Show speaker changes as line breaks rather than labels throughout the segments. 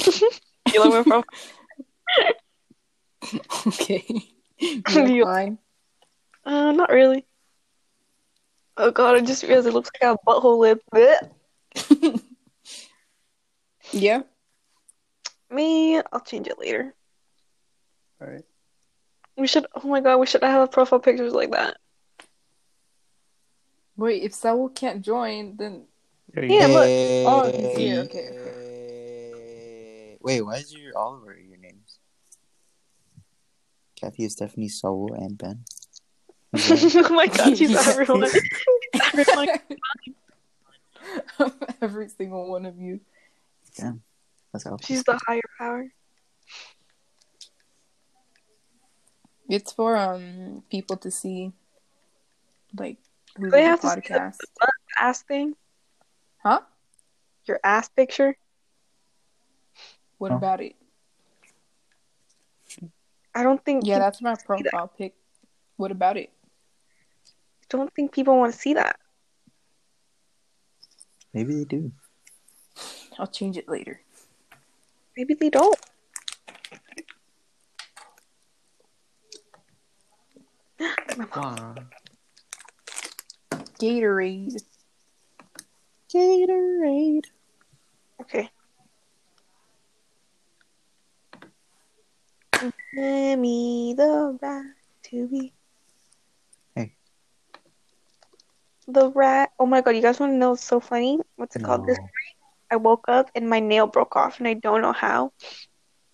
You know where from?
Okay.
You-
Fine.
Uh, not really. Oh god, I just realized it looks like a butthole lip. Blech.
Yeah.
Me, I'll change it later.
All right.
We should. Oh my god, we should have profile pictures like that.
Wait, if Saul can't join, then
Yeah, look.
Eh,
Oh, he's here. Okay,
Wait, why is your all over your names? Kathy, Stephanie, Saul, and Ben.
oh my god, she's everyone. everyone.
every single one of you.
That's how.
She's the higher power.
It's for um people to see, like who's
They
in the
have to see
podcast,
Ass thing.
huh?
Your ass picture.
What
Huh?
about it?
I don't think.
Yeah,
peop-
that's my profile pic. What about it?
don't think people want to see that.
Maybe they do.
I'll change it later.
Maybe they don't.
Gatorade.
Gatorade.
Okay. Give me the right to be.
Hey.
The rat. Oh my god, you guys want to know what's so funny? What's it called? This I woke up and my nail broke off, and I don't know how.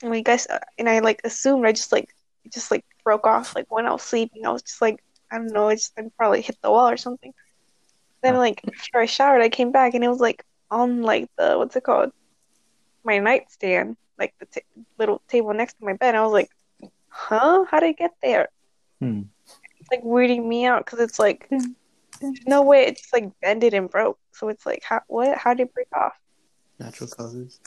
And we guys, uh, and I like assumed I just like it just like broke off like when I was sleeping. I was just like I don't know, it just like, probably hit the wall or something. Then like after I showered, I came back and it was like on like the what's it called, my nightstand, like the t- little table next to my bed. I was like, huh, how did it get there?
Hmm.
It's like weirding me out because it's like there's no way it's like bended and broke. So it's like how what how did it break off?
Natural causes.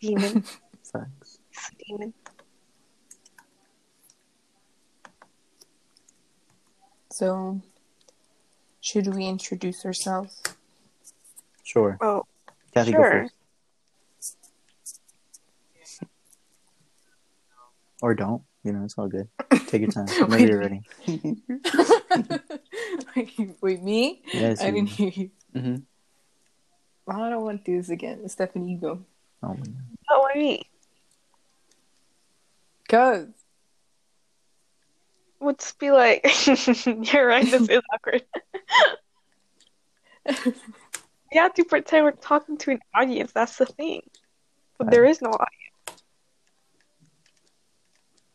Demon.
Facts.
demon.
So, should we introduce ourselves?
Sure.
Oh,
Kathy, go
Sure.
first. Or don't. You know, it's all good. Take your time. Whenever you're ready.
Wait, me?
Yes.
I
you-
didn't hear you.
Mhm.
I don't want to do this again. Stephanie, you go.
Oh, my God.
oh, what do you mean?
Cause
Would just be like, you're right. This is awkward. you have to pretend we're talking to an audience. That's the thing. But there is no audience.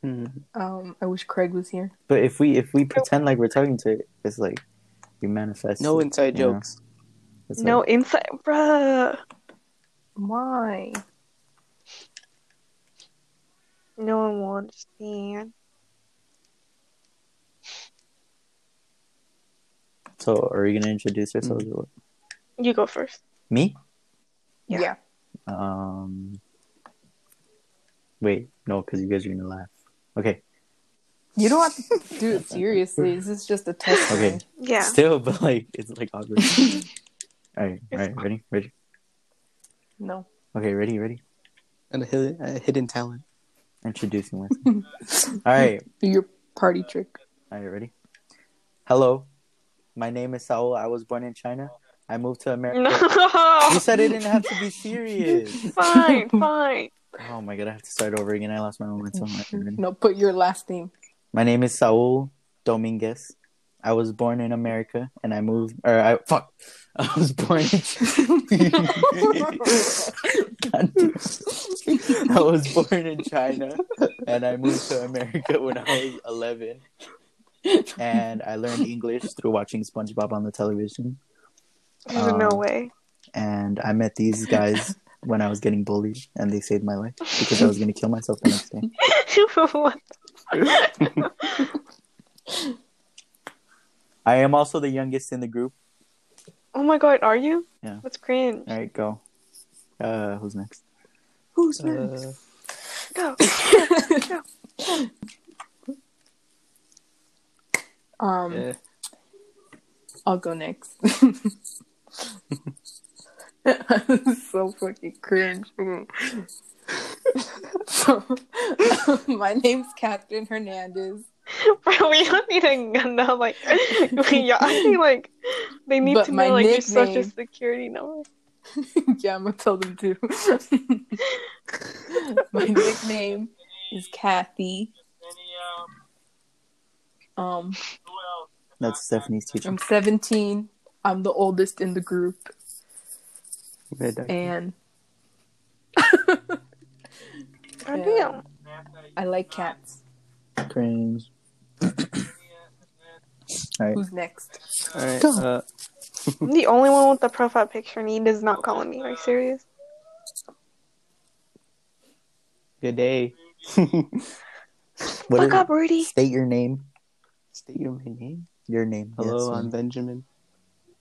Mm-hmm.
um, I wish Craig was here.
But if we if we pretend like we're talking to it, it's like we manifest.
No
it,
inside
you know?
jokes.
It's
no
like,
insight, bruh.
Why?
No one will understand.
so are you gonna introduce
Mm.
yourselves? or what?
You go first.
Me?
Yeah.
yeah.
Um. Wait, no, because you guys are gonna laugh. Okay,
You don't have to do it seriously. This is just a test.
Okay.
run.
Yeah.
still, but like it's like awkward. all right, all right, ready, ready.
No.
Okay, ready, ready.
And a hidden, a hidden talent.
Introducing myself. all right,
Do your party trick.
Are you ready? Hello, my name is Saul. I was born in China. I moved to America. You
No.
said it didn't have to be serious.
fine, fine.
Oh my god, I have to start over again. I lost my momentum.
No, put your last name.
My name is Saul Dominguez. I was born in America and I moved, or I, fuck, I was born in God damn. I was born in China and I moved to America when I was 11. And I learned English through watching SpongeBob on the television.
There's no
Um,
way.
And I met these guys when I was getting bullied and they saved my life because I was going to kill myself the next day.
What?
I am also the youngest in the group.
Oh my god, are you?
Yeah.
That's cringe.
All right, go. Uh, who's next?
Who's
Uh,
Go.
Um,
yeah.
I'll go next. so fucking cringe. my name's Catherine Hernandez.
Bro, we don't need a gun now. Like, we actually like they need
But
to
my
know like your social
nickname-
security number.
yeah, I'm gonna tell them too. my nickname is Kathy. Um,
That's Stephanie's teacher.
I'm 17. I'm the oldest in the group, and
God
Yeah.
damn.
I like cats.
Cringe.
Who's next?
All right.
Go.
Uh,
I'm the only one with the profile picture, and he does not call me. Are you serious?
Good day. What
Look
is-
up, Rudy.
State your name.
state your my name.
Your name.
Hello,
yes.
I'm Benjamin.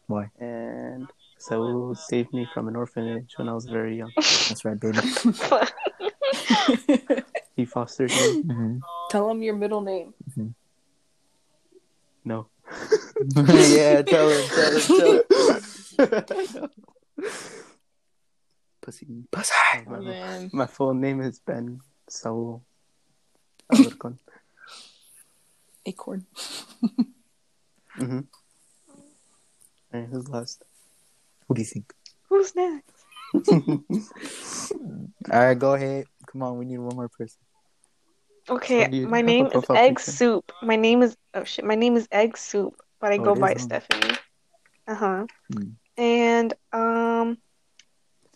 Why?
And Saul saved me from an orphanage when I was very young.
That's right, baby.
He fostered me.
Mhm.
Tell them your middle name.
No.
yeah, tell him, tell him, tell him.
Pussy. Pussy. Oh, My,
Man.
my full name is Ben Saul. Alarcon.
Acorn.
mm-hmm. All right, who's last?
What do you think?
Who's next?
All right, go ahead. Come on, we need one more person.
Okay,
So do you
my
have a
name is
profile
Egg
picture?
Soup. My name is oh shit, my name is Egg Soup, but I
Oh,
go
it
by
is, huh?
Stephanie. Uh huh.
Hmm.
And um,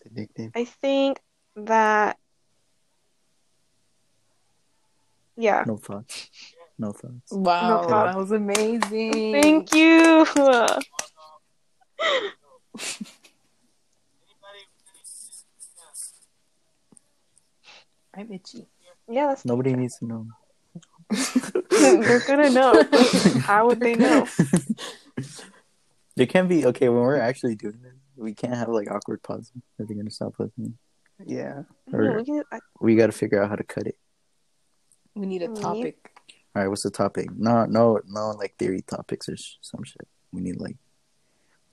The nickname.
I think that yeah.
No thoughts. No thoughts.
Wow,
problem.
that was amazing.
Thank you.
I'm itchy.
Yeah, that's
Nobody needs to know.
they're gonna know. How would they know?
There can't be okay when we're actually doing this. We can't have like awkward pauses. Are they gonna stop listening?
Yeah.
Yeah, we can- I-
We got to figure out how to cut it.
We need a
Me?
topic.
All right, what's the topic? No, no, no, like theory topics or sh- some shit. We need like,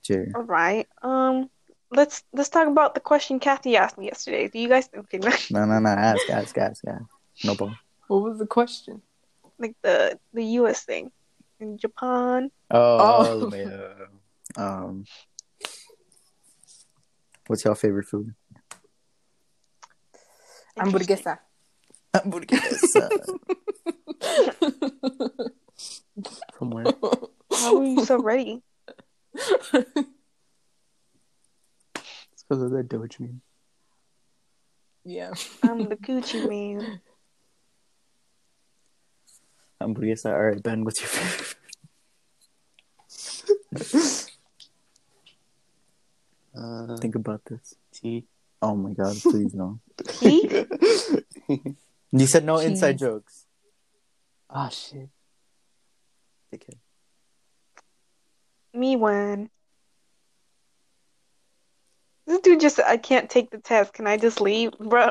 Jerry.
all right. Um, let's let's talk about the question Kathy asked me yesterday. Do you guys okay,
No, no, no. Ask, ask, ask, ask. No problem.
What was the question?
like the the U.S. thing in Japan?
Oh.
Oh, man. Um, what's your favorite food?
Hamburguesa.
From where?
Why were you so ready?
It's because of the Doge meme.
yeah.
I'm the Gucci man.
Hamburguesa. All right, Ben. What's your favorite? food?
Uh,
Think about this.
T.
Oh my God! Please no.
He?
You said no inside
Cheese.
jokes.
Ah, shit.
Take care.
Me one. This dude just I can't take the test. Can I just leave, bro?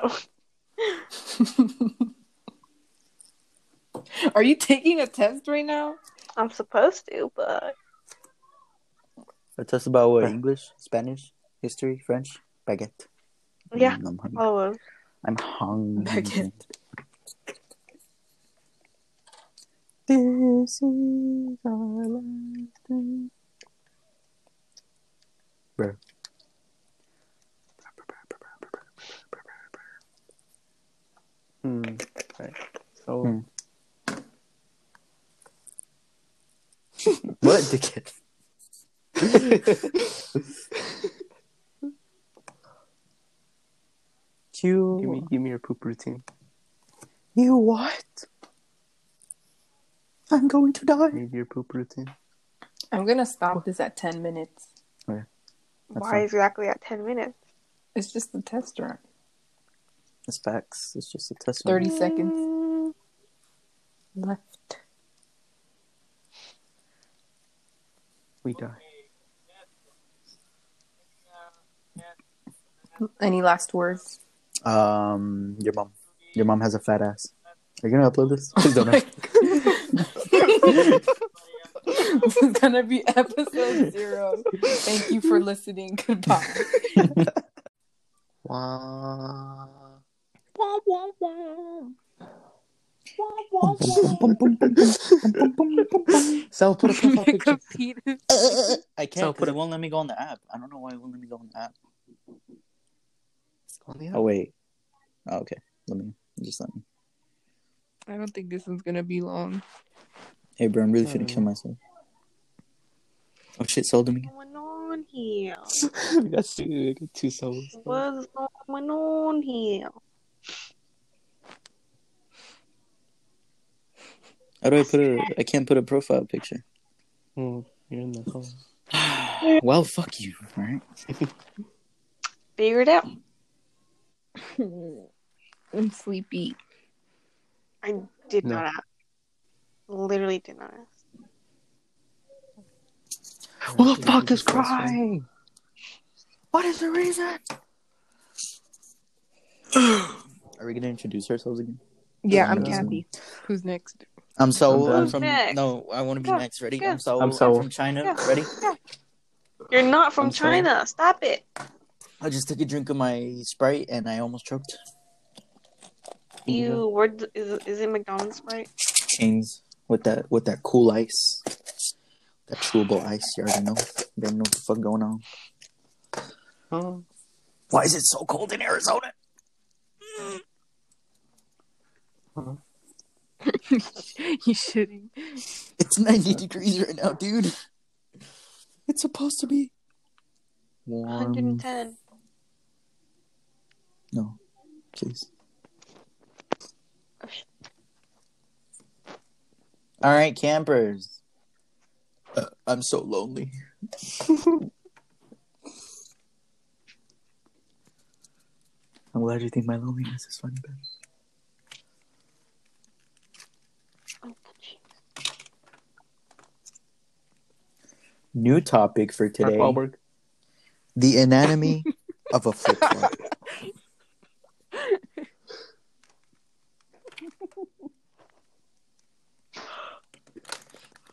Are you taking a test right now?
I'm supposed to, but
A test about what?
Huh.
English, Spanish, history, French, baguette.
Oh, yeah.
Mm, I'm hungry.
All of them.
I'm hungry.
Baguette.
This is our last day. Bro.
Hmm. Right. So,
Hmm. What, dickhead?
Hmm.
you,
give, me, give me your poop routine.
you what? I'm going to die.
Need your poop routine.
I'm gonna stop this at ten minutes.
Why
fine.
exactly at ten minutes?
It's just the test run.
It's facts. It's just a test.
Thirty seconds
Mm,
left.
We die.
Any last words?
Um, your mom. Your mom has a fat ass. Are you gonna upload this? Please don't.
this is gonna be episode zero. Thank you for listening. Goodbye.
Wow.
Sal, put a profile
Make
picture.
a penis.
I can't.
Sal, put
'cause
a-
it won't let me go on the app. I don't know why it won't let me go on the app.
On the app.
Oh wait. Oh, okay. Let me just let me.
I don't think this one's gonna be long.
Hey, bro, I'm really finna kill
Um.
myself. Oh shit, sold him again.
going on here?
I Oh, got two, I got two souls.
What's going on here?
How do I put a? I can't put a profile picture.
Oh, you're in the hole.
well, fuck you. All right.
Figure it out.
I'm sleepy.
I did
No.
not ask. Literally did not ask.
Who the fuck is crying?
What is the reason? Are we gonna introduce ourselves again?
Yeah, I'm
Yeah.
Kathy. Who's next?
I'm Saul. I'm
Who's
from.
next?
No, I want to be
Yeah,
next. Ready?
yeah.
I'm Saul.
I'm Saul.
from China.
Yeah.
Ready?
You're not from
I'm sorry.
China. Stop it.
I just took a drink of my Sprite and I almost choked.
You where d- is, is it McDonald's right?
Chains with that with that cool ice, that chewable ice. You already know. They know what the fuck going on.
Oh,
Why is it so cold in Arizona?
He's shitting.
It's 90 degrees right now, dude. It's supposed to be Um, warm.
110.
No, please.
Oh,
All right, campers. Uh, I'm so lonely. I'm glad you think my loneliness is funny. Ben.
oh,
New topic for today:
Mark Wahlberg.
the anatomy of a flip flop.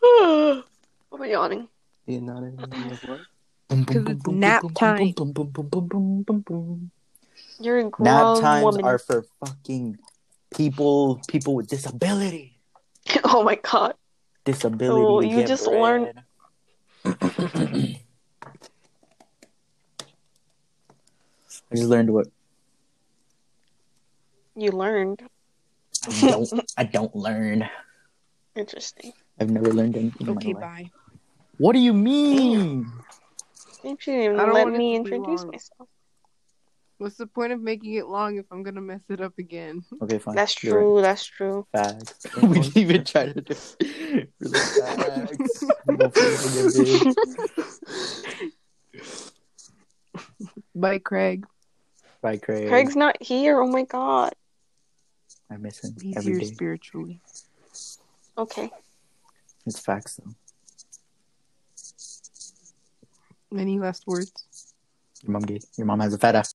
I'm yawning.
The anatomy of what?
Because it's nap time.
You're a grown
Nap times
woman.
are for fucking people, people with disability.
oh my god.
Disability.
So
to
Oh, you
get
just
bread.
learned-
I just learned what
You learned.
I don't. I don't learn.
Interesting.
I've never learned anything. in my
Okay,
life.
bye.
What do you mean?
I think she didn't
I
even
don't
let
want it
me
to be
introduce
long.
myself.
What's the point of making it long if I'm gonna mess it up again?
Okay, fine.
That's
You're right.
true. That's true.
Facts. we didn't even try to do Relax. Don't forget it.
Bye, Craig.
Bye, Craig.
Craig's not here. Oh my god.
I miss him
He's
every
here
day.
spiritually.
Okay.
It's facts, though.
Any last words?
Your mom gay. Your mom has a fat ass.